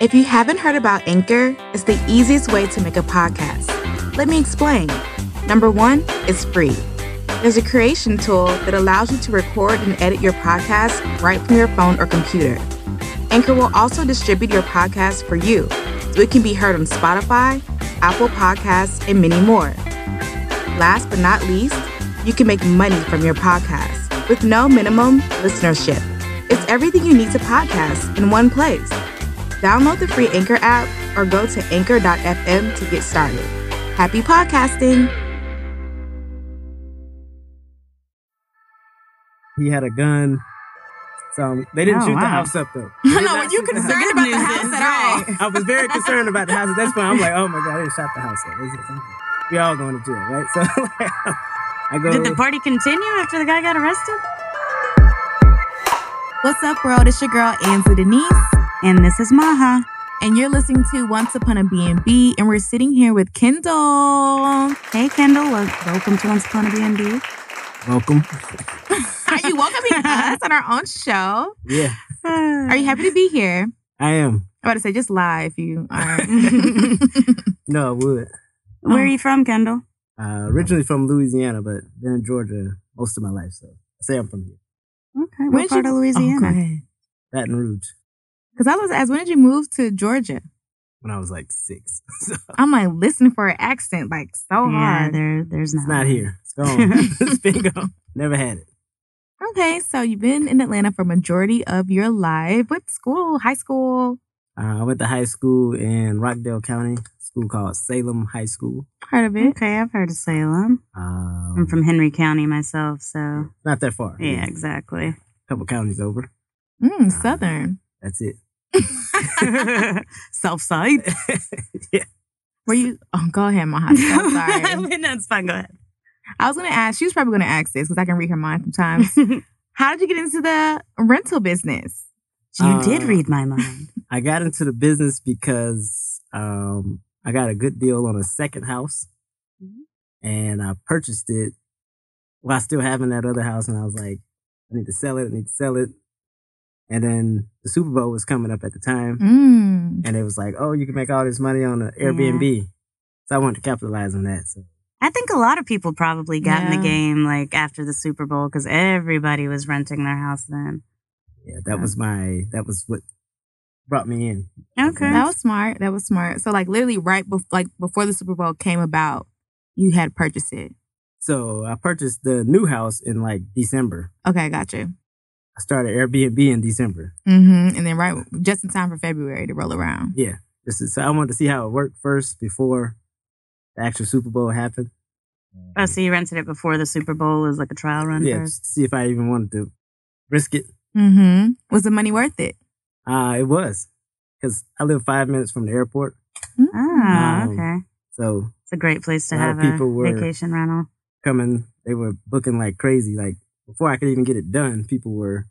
If you haven't heard about Anchor, it's the easiest way to make a podcast. Let me explain. Number one, it's free. There's a creation tool that allows you to record and edit your podcast right from your phone or computer. Anchor will also distribute your podcast for you, so it can be heard on Spotify, Apple Podcasts, and many more. Last but not least, you can make money from your podcast with no minimum listenership. It's everything you need to podcast in one place. Download the free Anchor app or go to anchor.fm to get started. Happy podcasting! He had a gun. So um, they didn't Oh, shoot the wow. house up though. No, They did were not you shoot the house. concerned about the house at all? I was very concerned about the house. At that point, I'm like, oh my god, they shot the house up. It's just- We all going to jail, right? So I go. Did the party continue after the guy got arrested? What's up, world? It's your girl, Anza Denise. And this is Maha. and you're listening to Once Upon a B&B, and we're sitting here with Kendall. Hey, Kendall. Wel- Welcome to Once Upon a B&B. Welcome. Are you welcoming us on our own show? Yeah, Are you happy to be here? I am. I'm about to say, just lie if you are. No, I would. Where are you from, Kendall? Uh, originally from Louisiana, but been in Georgia most of my life. So I say I'm from here, Okay. What When'd part you- Oh, of Louisiana? Baton Rouge, Because I was asked, when did you move to Georgia? when I was like six. So I'm like listening for an accent, like so yeah, hard. there, there's not. it's not here. It's gone. it's been gone. Never had it. Okay, so you've been in Atlanta for majority of your life. What school? High school? Uh, I went to high school in Rockdale County, school called Salem High School. Heard of it? Okay, I've heard of Salem. Um, I'm from Henry County myself, so not that far. yeah, exactly. a couple counties over. Mm, Southern. That's it. Self side. Were you? Oh, go ahead, Maha. I'm sorry. no, it's fine. Go ahead. I was gonna ask. She was probably gonna ask this because I can read her mind sometimes. How did you get into the rental business? You did Uh, read my mind. I got into the business because um, I got a good deal on a second house, and I purchased it while still having that other house. And I was like, I need to sell it. I need to sell it. And then the Super Bowl was coming up at the time, Mm. and it was like, oh, you can make all this money on an Airbnb. So I wanted to capitalize on that. So I think a lot of people probably got in Yeah. the game like after the Super Bowl because everybody was renting their house then. yeah, that was my that was what brought me in. Okay. That was smart. That was smart. So like literally right before like before the Super Bowl came about, you had purchased it. So I purchased the new house in like December. Okay, got you. I started Airbnb in December. Mm-hmm. And then right just in time for February to roll around. Yeah. This is, so I wanted to see how it worked first before the actual Super Bowl happened. oh, so you rented it before the Super Bowl was like a trial run yeah. first? just to see if I even wanted to risk it. Mm-hmm. Was the money worth it? Uh, it was because I live five minutes from the airport. Ah, Um, okay. So It's a great place a to lot of have people a were- vacation rental. coming, they were booking like crazy. Like before I could even get it done, people were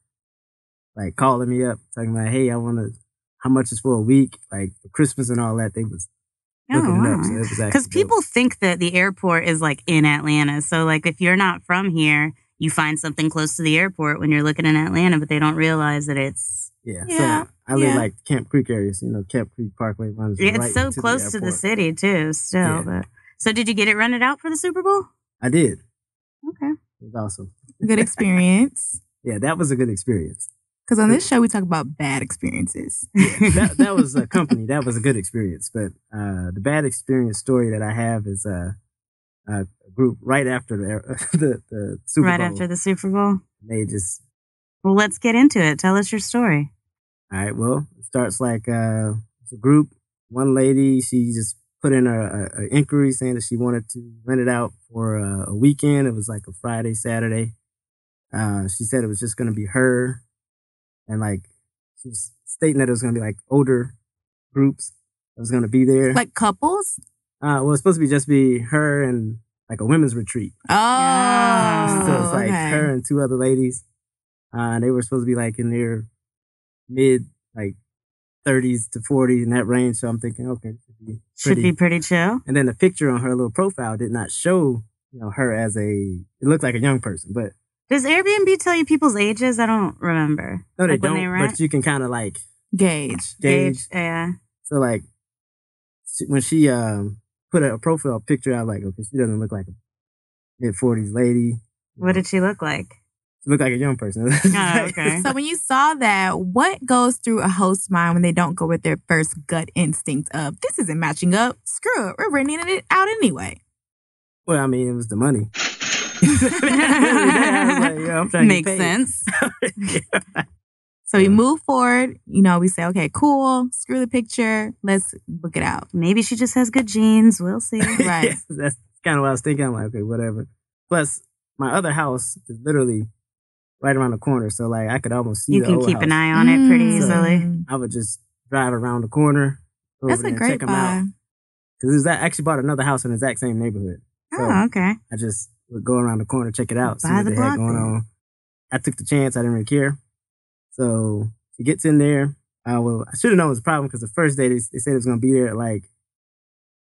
like calling me up talking about, Hey, I want to, how much is for a week? Like for Christmas and all that. They was Oh, looking it wow. up. So it was actually Because dope. people think that the airport is like in Atlanta. So, like, if you're not from here, you find something close to the airport when you're looking in Atlanta, but they don't realize that it's Yeah. Yeah, So I live yeah. like Camp Creek areas, you know, Camp Creek Parkway runs. it's right so into close to the airport. city too. Still, Yeah. but so did you get it rented out for the Super Bowl? I did. Okay. It was awesome. Good experience. Yeah, that was a good experience. Because on this show we talk about bad experiences. That that was a company. That was a good experience. But uh, the bad experience story that I have is uh, a group right after the air- the, the Super right Bowl. after the Super Bowl. they just Well, let's get into it. Tell us your story. all right. Well, it starts like uh, it's a group. One lady, she just put in a, a, a inquiry saying that she wanted to rent it out for a, a weekend. It was like a Friday, Saturday. Uh, she said it was just going to be her, and like she was stating that it was going to be like older groups that was going to be there. Like couples? uh, well, it's supposed to be just be her and like a women's retreat. Oh, Yeah. Oh, so it's like okay. her and two other ladies. Uh, they were supposed to be like in their mid like 30s to 40s in that range. So I'm thinking, okay, this should be Should pretty. be pretty chill. and then the picture on her little profile did not show you know her as a. It looked like a young person, but Does Airbnb tell you people's ages? I don't remember. no, they Like, when don't. they rent? but you can kind of like Gauge. gauge. Yeah. So like she, when she um put a profile picture out, like okay, she doesn't look like a mid forties lady. What did she look like? She look like a young person. Oh, okay. So when you saw that, what goes through a host's mind when they don't go with their first gut instinct of this isn't matching up? Screw it, we're renting it out anyway. Well, I mean, it was the money. I was like, yo, I'm trying to get Makes paid. sense. So we Yeah. move forward. You know, we say, okay, cool. Screw the picture. Let's book it out. Maybe she just has good genes. We'll see. Right. Yes, that's kind of what I was thinking. I'm like, okay, whatever. Plus, my other house is literally right around the corner, so like I could almost see. You the can old keep house. an eye on it pretty Mm. easily. I would just drive around the corner. go That's over a there, great check 'em out. vibe. Because that actually bought another house in the exact same neighborhood. So Oh, okay. I just would go around the corner, check it out, see Buy what the they block had going then. on. I took the chance. I didn't really care. So she gets in there. I will. I should have known it was a problem because the first day they, they said it was gonna be there at like,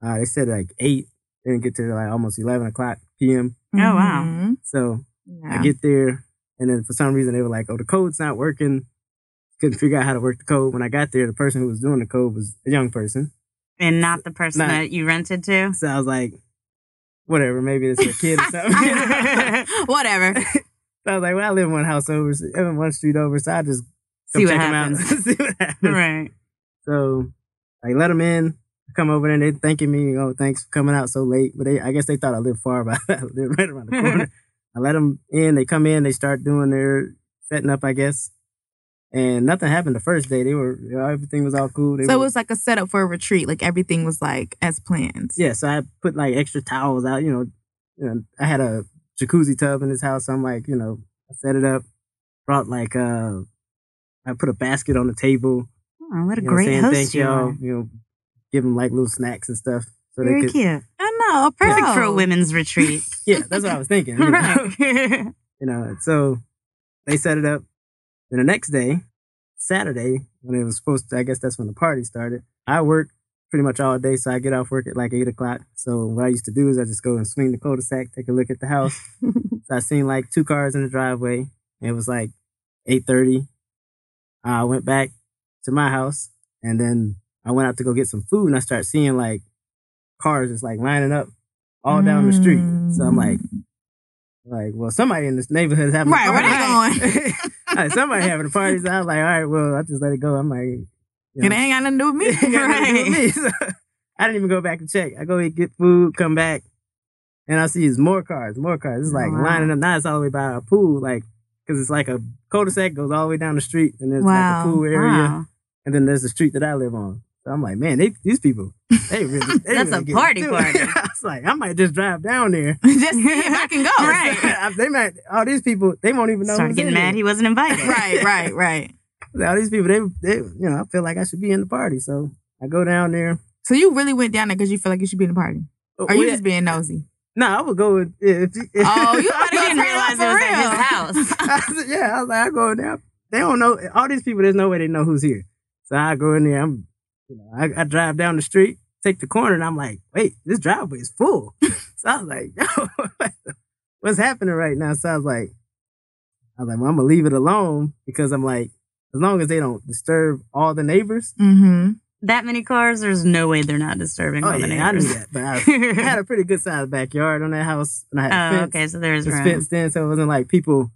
uh, they said like eight. Didn't get to like almost eleven o'clock p.m. Oh, wow. Mhm. So Yeah. I get there, and then for some reason they were like, "Oh, the code's not working." Couldn't figure out how to work the code. When I got there, the person who was doing the code was a young person. And not the person Nah. that you rented to. So I was like, "Whatever, maybe it's a kid or something." Whatever. So I was like, well, I live one house over, so- I live one street over, so I just come See what check happens. them out. see what happens. right. So I let them in, come over there, and they're thanking me. Oh, thanks for coming out so late. But they, I guess they thought I lived far, but I lived right around the corner. I let them in, they come in, they start doing their setting up, I guess. And nothing happened the first day. They were, you know, everything was all cool. They So it were- was like a setup for a retreat. Like everything was like as planned. yeah, so I put like extra towels out, you know, you know, I had a jacuzzi tub in this house. So I'm like, you know, I set it up, brought like uh I put a basket on the table. Oh, what a you know, great saying host thank you y'all, are. you know, give them like little snacks and stuff. So Very they could cute. I know. Perfect for a pearl. women's retreat. Yeah, that's what I was thinking. You know, right. you know and so they set it up. Then the next day, Saturday, when it was supposed to I guess that's when the party started. I worked pretty much all day, so I get off work at like eight o'clock. So what I used to do is I just go and swing the cul-de-sac, take a look at the house. So I seen like two cars in the driveway. It was like eight thirty. I went back to my house, and then I went out to go get some food, and I start seeing like cars just like lining up all down the street. So I'm like, like, well, somebody in this neighborhood is having a Right, where party. they going? Like, somebody having a party. So I'm like, all right, well, I just let it go. I'm like, you know, It ain't got nothing to do with me. it ain't got nothing to do with me. So I didn't even go back to check. I go eat, get food, come back, and I see it's more cars, more cars. It's like Wow. lining up. Now it's all the way by our pool, like because it's like a cul-de-sac goes all the way down the street, and there's Wow. like a pool area, Wow. and then there's the street that I live on. So I'm like, man, they, these people, they really, they That's really a get party to it. party. I was like, I might just drive down there. Just see if I can go. Right. they might. All these people, they won't even know. Start who's in getting mad there. he wasn't invited. right, right, right. All these people, they, they, you know, I feel like I should be in the party, so I go down there. So you really went down there because you feel like you should be in the party. Oh, Or you yeah. just being nosy? No, I would go with. If, if, Oh, you He didn't Turn it up realize it for was real. at his house. I said, yeah, I was like, I go in there. They don't know all these people. There's no way they know who's here. So I go in there. I'm, you know, I, I drive down the street, take the corner, and I'm like, wait, this driveway is full. so I was like, yo, what's happening right now? So I was like, I was like, well, I'm gonna leave it alone because I'm like, as long as they don't disturb all the neighbors. Mm-hmm. that many cars, there's no way they're not disturbing Oh all the yeah, I knew neighbors. that, but I, I had a pretty good sized backyard on that house, and I had a oh, fence. okay, so there's was room. fenced in, so it wasn't like people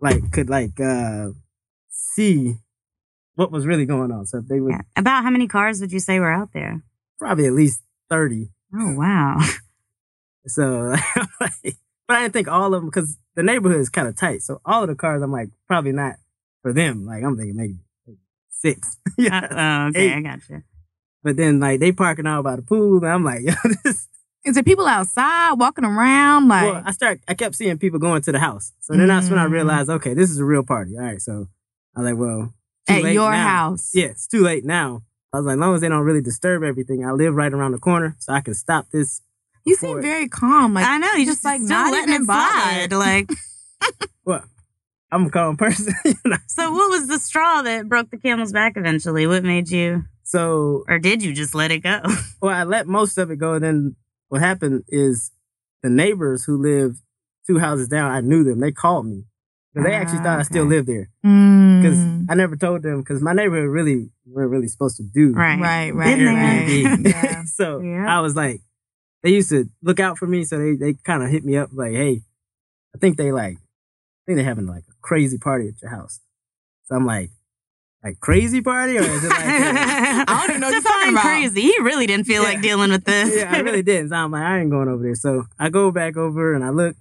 like could like uh see what was really going on. So they were Yeah. About how many cars would you say were out there? probably at least thirty. Oh wow. So, like, but I didn't think all of them because the neighborhood is kind of tight. So all of the cars, I'm like probably not for them. Like I'm thinking maybe six. Uh, yeah. oh, okay, Eight. I got you. But then like they parking all by the pool, and I'm like, yo, this Is there people outside walking around? Like, well, I start. I kept seeing people going to the house, so then that's when I Mm. realized, okay, this is a real party. All right, so I was like, well, too at late your now. house. Yeah, it's too late now. I was like, as long as they don't really disturb everything, I live right around the corner, so I can stop this. You seem Or- very calm. Like, I know you just, just like, like not still letting even it slide. bothered. Like, Well, I'm a calm person. you know? so what was the straw that broke the camel's back eventually? What made you, So, or did you just let it go? well, I let most of it go. And then what happened is the neighbors who lived two houses down, I knew them. They called me because they actually Ah, thought I still okay. lived there. Because Mm. I never told them because my neighborhood really weren't really supposed to do Right. Right, right, Been there. right. Airbnb. yeah. so Yeah. I was like, they used to look out for me, so they they kind of hit me up like, hey, I think they like, I think they're having like a crazy party at your house. So I'm like, like crazy party or is it like? I don't even know what you're talking Define about. crazy. He really didn't feel Yeah. like dealing with this. yeah, I really didn't. So I'm like, I ain't going over there. So I go back over and I look,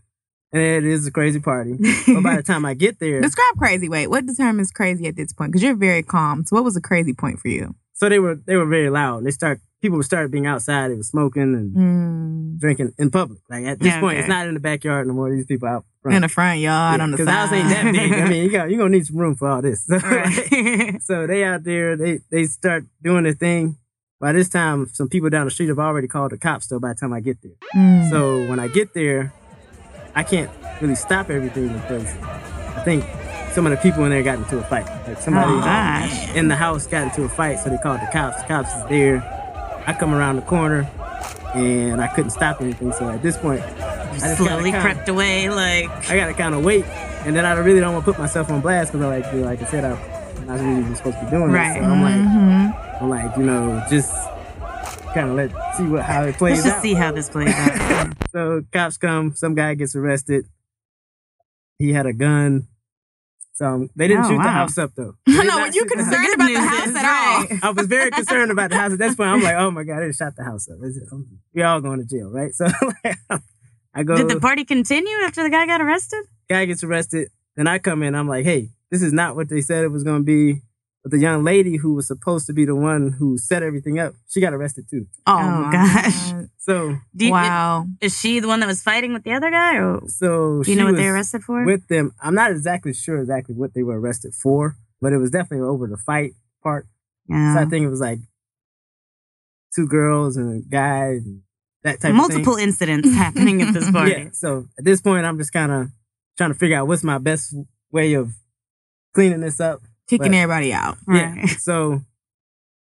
and it is a crazy party. But by the time I get there, Describe crazy. Wait, what determines crazy at this point? Because you're very calm. So, what was a crazy point for you? so they were they were very loud. They start people started being outside. They were smoking and Mm. drinking in public. Like at this Yeah, point, okay. it's not in the backyard no more. These people out front. In the front yard, on the side. Because house ain't that big. I mean, you got you gonna need some room for all this. So, Right. so they out there, they they start doing their thing. By this time, some people down the street have already called the cops. Though by the time I get there, Mm. so when I get there, I can't really stop everything because I think some of the people in there got into a fight. Like somebody Oh, gosh. in the house got into a fight, so they called the cops. The cops is there. I come around the corner, and I couldn't stop anything. So at this point, I just gotta Slowly kinda- crept away, like I gotta kind of wait, and then I really don't want to put myself on blast because, like, like I said, I, I'm not really even supposed to be doing Right. this. Mm-hmm. So I'm like, Mhm. I'm like, you know, just kind of let see what how it plays let's just out. see how this plays out. So cops come, some guy gets arrested. He had a gun. So um, they didn't Oh, shoot the wow. house up though. They did no, not were you shoot the house. concerned good about the news house is, at all? I was very concerned about the house at this point. I'm like, oh my god, they shot the house up. It's- um, We all going to jail, right? So I go. Did the party continue after the guy got arrested? guy gets arrested. Then I come in. I'm like, hey, this is not what they said it was going to be. But the young lady who was supposed to be the one who set everything up, she got arrested too. Oh, my my gosh! God. So, Do you- wow. Is she the one that was fighting with the other guy, or so do she you know what they was arrested for? with them. I'm not exactly sure exactly what they were arrested for, but it was definitely over the fight part. Yeah. So I think it was like two girls and a guy and that type of thing. Multiple incidents happening at this party. Yeah. So at this point, I'm just kind of trying to figure out what's my best way of cleaning this up. Kicking But- everybody out. Yeah. Right. So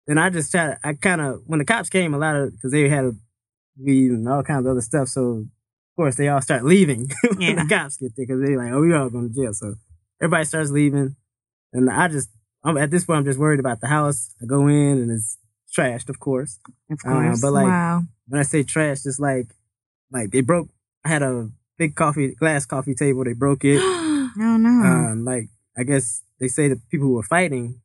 then I just tried. I kind of when the cops came, a lot of because they had a weed and all kinds of other stuff. So of course they all start leaving when Yeah. the cops get there because they're like, "Oh, we all going to jail." So everybody starts leaving, and I just I'm at this point I'm just worried about the house. I go in and it's trashed, of course. Of Uh, course. but like wow. when I say trash, it's like like they broke. I had a big coffee glass coffee table. They broke it. no, Hmm. no. um, like I guess they say the people who were fighting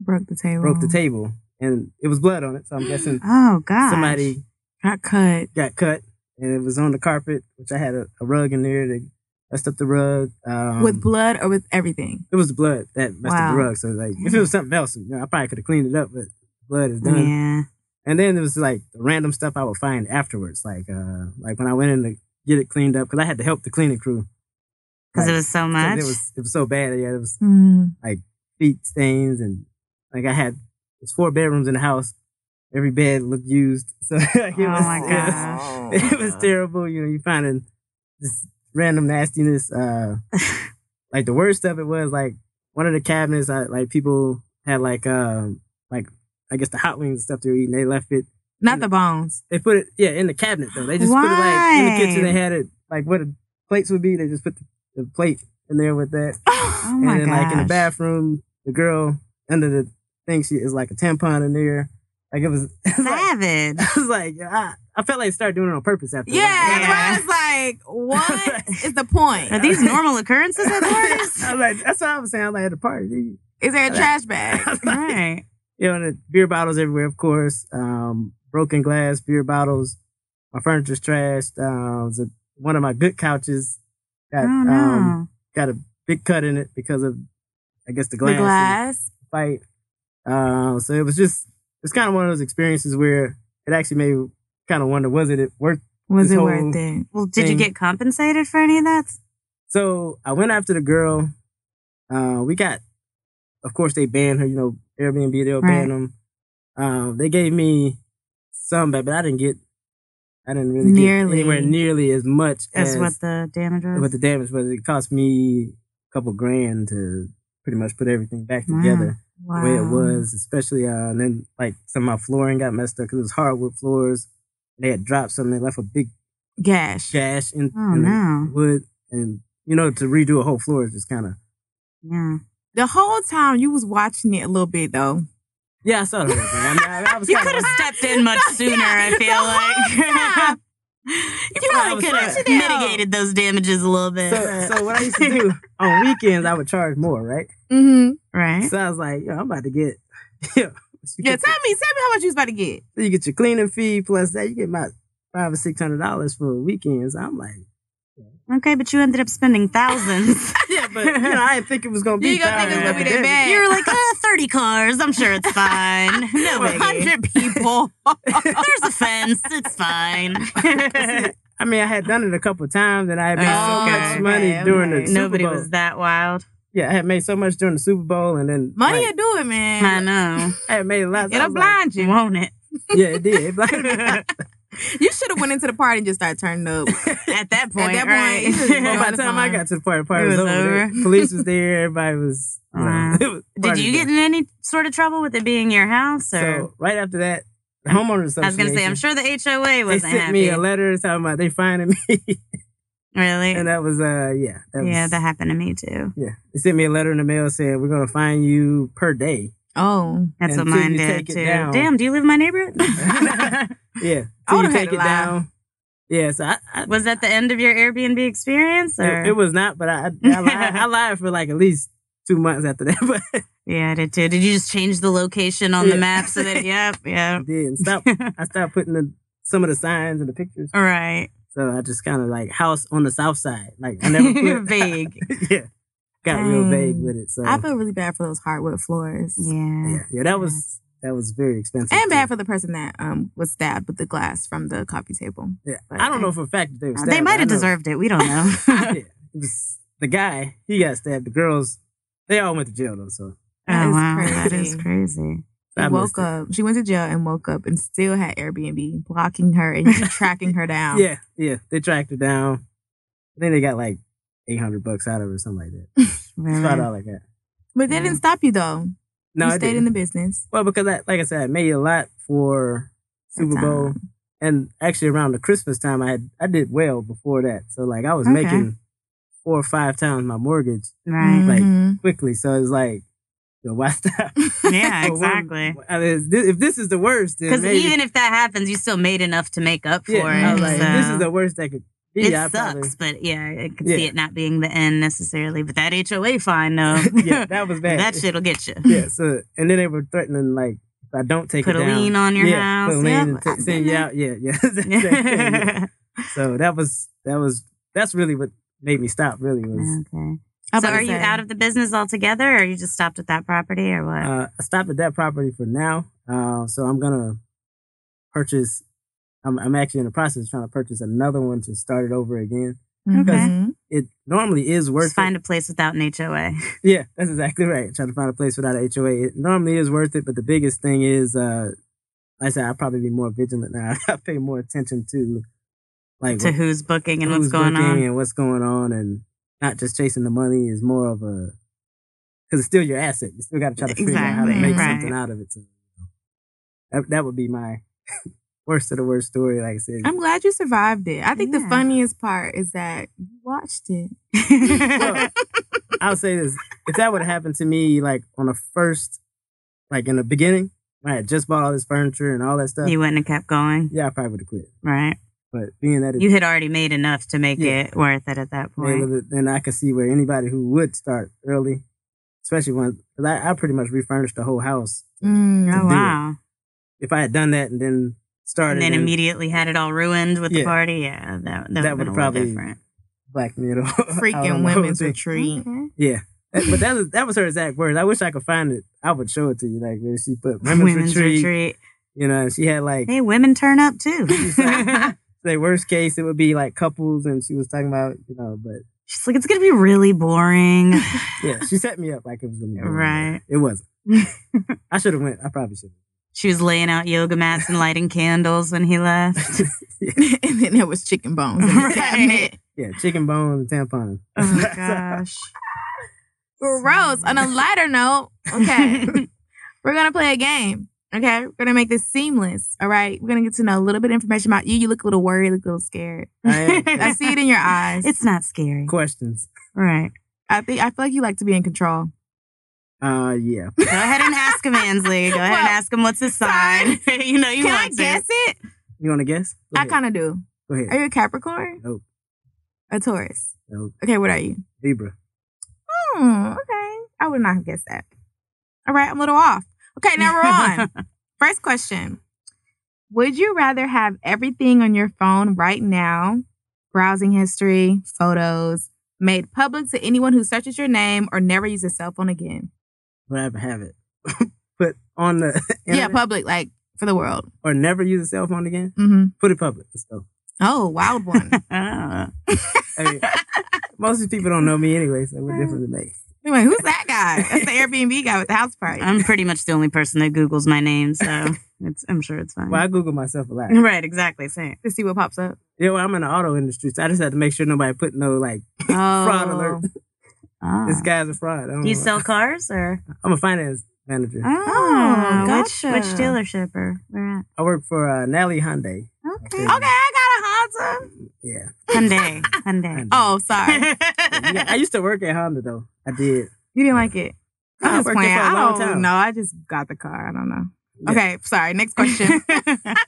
broke the table. broke the table and it was blood on it. So I'm guessing Mm. oh God. somebody Got cut. got cut and it was on the carpet, which I had a, a rug in there. They messed up the rug. Um, with blood or with everything? it was the blood that messed up Wow. the rug. So like if it was something else, you know, I probably could have cleaned it up, but blood is done. Yeah. And then it was like the random stuff I would find afterwards, like uh, like when I went in to get it cleaned up because I had to help the cleaning crew. Because Like, it was so much. It was it was so bad. Yeah, it was Mm. feet stains and like I had it's four bedrooms in the house. Every bed looked used. So like, it Oh was, my it was- gosh. It was, terrible. You know, you finding this random nastiness. Uh like the worst of it was like one of the cabinets I like people had like um like I guess the hot wings and stuff they were eating, they left it Not the bones. they put it yeah, in the cabinet though. They just put it like in the kitchen Why? they had it like what the plates would be, they just put the, the plate in there with that oh my and then like in the gosh. bathroom, the girl under the thing she is like a tampon in there. Like it was, it was like, Savage. I was like, I, I felt like started doing it on purpose after. a Yeah, while. that's why I was like, what is the point? Are these normal occurrences at parties? I was like, that's what I was saying. I was like at the party, dude. Is there a trash bag? right. you know, and the beer bottles everywhere, of course. Um, broken glass, beer bottles. My furniture's trashed. Um, the, one of my good couches got oh no. um, got a big cut in it because of, I guess, the glass. The and- glass. fight. Uh, so it was just it's kind of one of those experiences where it actually made me kind of wonder was it it worth. Was This it whole- worth it? well, did thing- you get compensated for any of that? So I went after the girl. Uh, we got, of course, they banned her. You know, Airbnb they'll ban Right. them. Um, they gave me some, but but I didn't get. I didn't really Nearly. get anywhere nearly as much As, as what the damage was? what the damage was. It cost me a couple grand to pretty much put everything back Wow. together. Wow. the way it was, especially uh, and then like some of my flooring got messed up because it was hardwood floors. They had dropped something, they left a big Gash. gash in, oh in no. the wood, and You know, to redo a whole floor is just kind of. Yeah. The whole time you was watching it a little bit though. Yeah, I saw the whole thing. I, mean, I, I was You kinda could have like- stepped in much sooner, I the feel whole like. time. you You probably was could have watching it. mitigated those damages a little bit. So, so what I used to do on weekends, I would charge more, right? Mm-hmm. right? So I was like, yo, I'm about to get. Yeah, you, Yeah, get tell me, tell me how much you was about to get. your, you get your cleaning fee plus that, you get about five or six hundred dollars for weekends. I'm like, Okay, but you ended up spending thousands. yeah, but you know, I didn't think it was gonna be. You gonna think it was gonna $1,000. be that bad. you were like, uh, 30 cars. I'm sure it's fine. No biggie. hundred people. There's a fence. It's fine. I mean, I had done it a couple of times, and I had made Oh. Oh, Okay, so much money okay, during the okay. Super Nobody Bowl. was that wild. Yeah, I had made so much during the Super Bowl, and then Money like, will do it, man. I know. I had made lots. I It'll was like, blind you. Won't it? yeah, it did. It blinded me. You should have went into the party and just started turning up. At that point, that point, right? you just Well, by the time I got to the party, the party It was, was over. over. The police was there. Everybody was. You know, Wow. it was Did party you day. get in any sort of trouble with it being your house? Or So right after that, the homeowners association. I was gonna say, I'm sure the HOA they wasn't sent happy. me a letter talking about they finding me, really? and that was uh yeah that was, yeah, that happened to me too. yeah. They sent me a letter in the mail saying we're gonna find you per day. Oh, That's And until what mine you did take it too. down- Damn, do you live in my neighborhood? Yeah, I so you would've had take to it lie. down. Yeah, so I, I was that the end of your Airbnb experience? Or it, it was not, but I I lied, I lied for like at least two months after that, but yeah, I did too. Did you just change the location on the Yeah. map so that? yep, I yep. did and stop. I stopped putting the, some of the signs and the pictures. All right. So I just kind of like house on the south side. Like I never You're put, vague. yeah, got real Dang. vague with it. So I feel really bad for those hardwood floors. Yeah. yeah, yeah, that was that was very expensive And bad too. for the person that um was stabbed with the glass from the coffee table. Yeah, I don't know for a fact that they were. Stabbed, but They I might have know- deserved it. We don't yeah, know. Oh, it was- the guy he got stabbed. The girls they all went to jail though. So That oh is wow, that crazy. is crazy. She I missed woke it. up. She went to jail and woke up and still had Airbnb blocking her and tracking her down. Yeah, yeah, they tracked her down. I think they got like eight hundred bucks out of her or something like that. It's about Really? all I got. But they didn't stop you though. No, you I stayed did. in not the business. well, because I, like I said, I made a lot for Super That Bowl. time. and actually around the Christmas time, I had I did well before that. So like I was Okay. making four or five times my mortgage Right. like- Mhm. quickly. So it's like, you know, why stop? Yeah, For one- exactly. I mean, if thi- if this is the worst, then Because maybe- even if that happens, you still made enough to make up for yeah, I it. was like, so. this is the worst that could be. it I probably- sucks, but yeah, I could see Yeah. it not being the end necessarily. But that HOA fine though, yeah, that was bad. that shit'll get you. Yeah. So and then they were threatening like if I don't take Put it a down, lien on your yeah, house. put a lien Yep. and t- send you out. Yeah, yeah. That- that- yeah. So that was that was that's really what made me stop. Really was. okay. I was So about are to you say, out of the business altogether, or you just stopped at that property, or what? Uh, I stopped at that property for now. Uh, so I'm gonna purchase. I'm, I'm actually in the process of trying to purchase another one to start it over again. Mhm. It normally is worth just find it. a place without an HOA. yeah, that's exactly right. Trying to find a place without a HOA. It normally is worth it, but the biggest thing is, uh, like I said, I'll probably be more vigilant now. I pay more attention to, like, to what- who's booking and what's who's going booking on. and what's going on, and not just chasing the money is more of a because it's still your asset. You still got to try to figure out how to Exactly, make right. something out of it. So that, that would be my worst of the worst story. Like I said, I'm glad you survived it. I think the Yeah. funniest part is that you watched it. Well, I'll say this: if that would have happened to me, like on the first, like in the beginning, when I had just bought all this furniture and all that stuff, you wouldn't have kept going, yeah, I probably would have quit. right? But being that it, You had already made enough to make Yeah. it worth it at that made point. of it, then I could see where anybody who would start early, especially when 'cause I, I pretty much refurnished the whole house. Mm. to Oh do it. wow! if I had done that and then And started then and immediately had it all ruined with the Yeah. party. Yeah, that That that, would have would've probably probably- different. black middle Freaking women's retreat. Okay. yeah. That- But that was that was her exact words. I wish I could find it. I would show it to you. Like where she put women's, retreat, You know, and she had like Hey, women turn up too. She's like- say worst case it would be like couples, and she was talking about you know. But She's like, it's gonna be really boring. yeah, she set me up like it was gonna be boring. Right. It wasn't. I should have went. I probably should. she was laying out yoga mats and lighting candles when he left. and then there was chicken bones in the Right. cabinet. Yeah, chicken bone and tampon. Oh my gosh. Gross. On a lighter note, okay, we're gonna play a game. Okay, we're gonna make this seamless. All right, we're gonna get to know a little bit of information about you. You look a little worried, look a little scared. I am. I see it in your eyes. It's not scary. Questions. Right. I think I feel like you like to be in control. Uh, yeah. Go ahead and ask him, Ansley. Go ahead and Well, ask him what's his sign. you know you Can I want guess it? You want to guess? Go I ahead. kind of do. Go Are ahead. you a Capricorn? Nope. A Taurus. Nope. Okay, what are you? Libra. Hmm, okay. I would not have guessed that. All right, I'm a little off. Okay, to. now we're on. First question Would you rather have everything on your phone right now, browsing history, photos, made public to anyone who searches your name or never use a cell phone again? But I have- have it. Put on the Yeah, internet public, like for the world. or never use a cell phone again. Mm-hmm. Put it public. Let's go. Oh, wild one. Ah. I mean, most of the people don't know me anyway, so we're different than they. I'm like, who's that guy? That's the Airbnb guy with the house party. I'm pretty much the only person that Googles my name, so it's I'm sure it's fine. Well, I Google myself a lot. right, exactly. Same. to see what pops up. Yeah, well, I'm in the auto industry, so I just had to make sure nobody put no like Oh, Fraud alert. Ah. this guy's a fraud. I don't Do you know. sell cars or? I'm a finance manager. Oh. Ah, gotcha. Which, which dealership or where at? I work for uh, Nally Hyundai. Okay. Okay, I got a Honda. Yeah. Hyundai. Hyundai. Oh, sorry. Yeah, I used to work at Honda though. I did. You didn't like it. I I was worked playing. there for a I long don't time. know. I just got the car. I don't know. Yeah. Okay, sorry. Next question.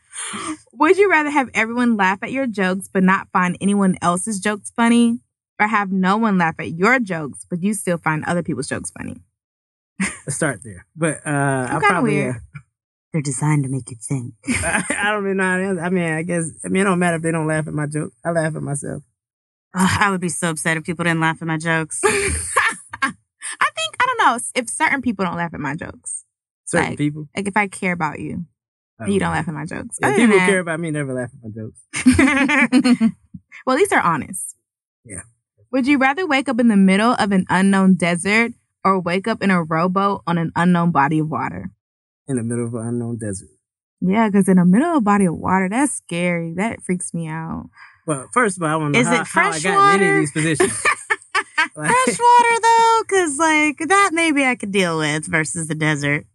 Would you rather have everyone laugh at your jokes but not find anyone else's jokes funny? Or have no one laugh at your jokes, but you still find other people's jokes funny. Let's start there. But uh, I kinda probably weird. uh, They're designed to make you think. I, don't really know. How to answer. I mean, I guess. I mean, it don't matter if they don't laugh at my joke. I laugh at myself. Ugh, I would be so upset if people didn't laugh at my jokes. I think I don't know if certain people don't laugh at my jokes. Certain Like, people. Like if I care about you, I you don't know. laugh at my jokes. Yeah, Other people than who care that- about me never laugh at my jokes. well, at least they're honest. Yeah. Would you rather wake up in the middle of an unknown desert or wake up in a rowboat on an unknown body of water? In the middle of an unknown desert. Yeah, because in the middle of a body of water, that's scary. That freaks me out. Well, first of all, I want to know Is how, it how I fresh got in any water? of these positions. Like, Fresh water though, because like that maybe I could deal with versus the desert.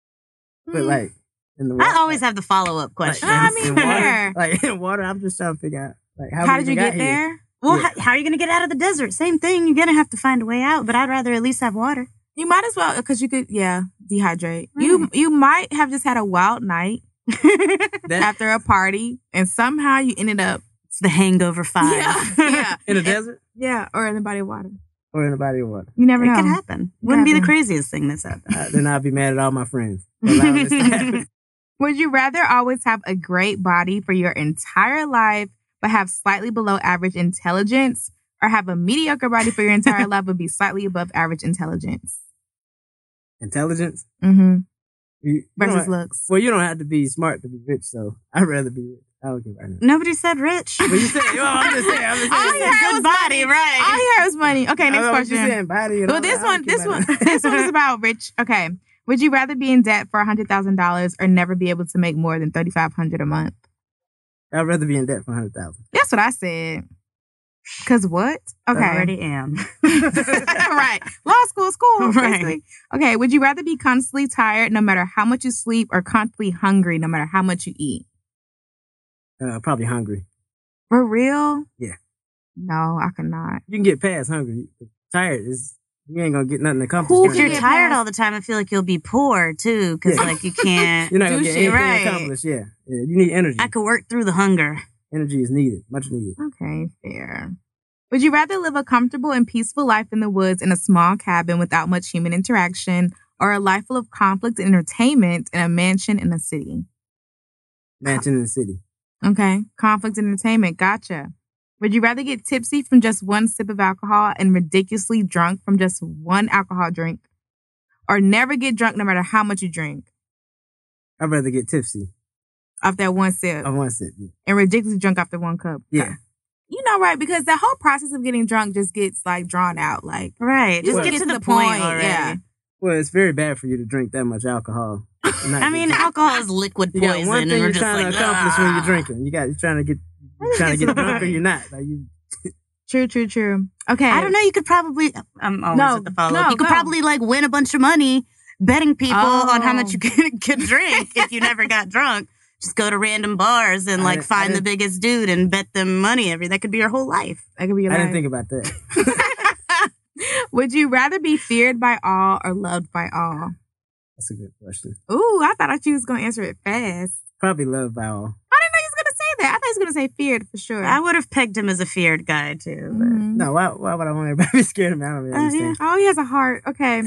but Mm. like in the water, I always have the follow up like, question. I in- mean, in water, fair. like in water, I'm just trying to figure out like how, how, we did you even got get here. there? well, yeah. how, how are you gonna get out of the desert? Same thing. You're gonna have to find a way out. But I'd rather at least have water. You might as well, because you could, yeah, dehydrate. You Right. Mm. you might have just had a wild night That, after a party, and somehow you ended up, It's the Hangover Five. yeah, yeah, in a desert yeah, or in the body of water. or in a body of water. You It never know. could happen. Wouldn't be the happen. craziest thing that's happened. Uh, then I'll be mad at all my friends. for allowing this to happen. Would you rather always have a great body for your entire life, but have slightly below average intelligence, or have a mediocre body for your entire life, but be slightly above average intelligence? Intelligence Mm-hmm. you, you don't Versus have- looks. Well, you don't have to be smart to be rich, so I'd rather be rich. I don't give a damn. Nobody said rich. But you said, well, I'm just saying, I'm just All saying. he heard was good body, right? All he heard was money. Okay, I next know what you're question. saying, body and Well, all this that. I one, don't care this about one, that. this one is about rich. Okay. Would you rather be in debt for hundred thousand dollars or never be able to make more than thirty five hundred a month? I'd rather be in debt for hundred thousand. That's what I said. Cause what? Okay. I already am. right. Law school, school. Right. Basically. Okay. Would you rather be constantly tired no matter how much you sleep or constantly hungry no matter how much you eat? Uh, probably hungry. For real? Yeah. No, I cannot. You can get past hungry. Tired is you ain't gonna get nothing accomplished. Who during If you're the day. Yeah, tired pass. all the time, I feel like you'll be poor too, because Yeah. like you can't. You're not gonna do get shit, anything right. accomplished. Yeah. yeah, you need energy. I could work through the hunger. Energy is needed, much needed. Okay, fair. Would you rather live a comfortable and peaceful life in the woods in a small cabin without much human interaction or a life full of conflict and entertainment in a mansion in a city? Mansion in the city. Okay. Conflict and entertainment. Gotcha. Would you rather get tipsy from just one sip of alcohol and ridiculously drunk from just one alcohol drink? Or never get drunk no matter how much you drink I'd rather get tipsy. off that one sip I want to sit. Yeah. and ridiculously drunk after one cup? Oh. Yeah. You know, right? Because the whole process of getting drunk just gets like drawn out. Like, Right. Just Well- get to the, point, already. yeah. Well, it's very bad for you to drink that much alcohol. and not I get mean, drunk. alcohol is liquid you poison, got one and thing we're you're just trying like, to accomplish when you're "Ah." drinking. You got you're trying to get you're think trying to it's get about drunk or right. you're not. Like you, True, true, true. Okay. I don't know. You could probably. I'm always No, at the follow up. no, you could go. probably like win a bunch of money betting people on how Oh. much you could, could drink if you never got drunk. Just go to random bars and I like didn't- I find the didn't- biggest dude and bet them money every. That could be your whole life. That could be your I life. didn't think about that. Would you rather be feared by all or loved by all? That's a good question. Ooh, I thought you was gonna answer it fast. Probably love by all. I didn't know you was gonna say that. I thought you was gonna say feared for sure. I would have pegged him as a feared guy too. but- Mhm. No, why, why would I want everybody to be scared of me? I don't really Mm-hmm. Oh, yeah. understand. Oh, he has a heart. Okay.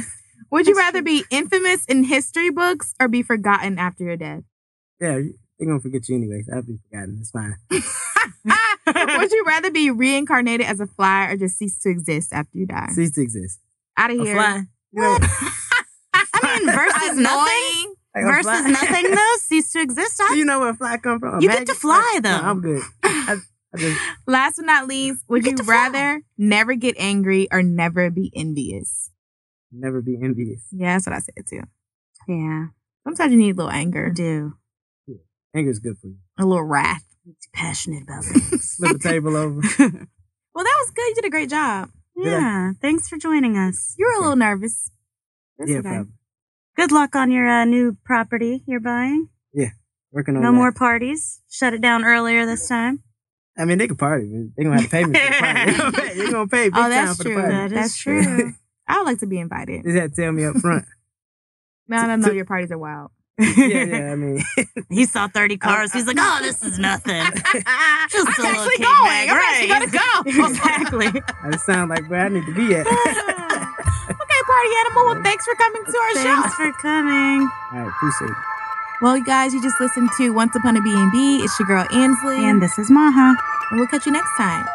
Would you That's rather be infamous in history books or be forgotten after your death? Yeah, you- they're going to forget you anyway. I'll be forgotten. It's fine. Ah! Would you rather be reincarnated as a fly or just cease to exist after you die? Cease to exist. Out of A here. fly. You know, I mean, versus nothing. Annoying. like a fly. Versus nothing though cease to exist. Do I, you know where a fly come from? A You get to maggot? fly, No, though. I'm good. I, I just, Last but not least, would Get you to fly. rather never get angry or never be envious? never be envious. Yeah, that's what I said too. yeah, Mm. Sometimes you need a little I anger, do. Anger's good for you. a little wrath. I'm passionate about things. Flip a table over. Well, that was good. You did a great job. Did I- yeah, thanks for joining us. You were a little nervous. That's yeah, okay. probably. Good luck on your uh, new property you're buying. Working on No that. more parties. Shut it down earlier this time. I mean, they could party. but They gonna have to pay me. For the party. They gonna pay- they gonna pay big Oh, time that's for true. the party. That is that's true. true. I would like to be invited. They just had to tell me up front. No, no, no. to- Your parties are wild. yeah, yeah. I mean, He saw 30 cars. He's like, oh, this is nothing. Just a I'm little actually kickback, going. I'm actually right. gonna go. exactly. I just sound like where I need to be at. All okay, party animal. Well, thanks for coming to our show. Thanks for coming. right, appreciate it. Well, you guys, you just listened to Once Upon a B&B. It's your girl Ansley, And this is Maha. and we'll catch you next time.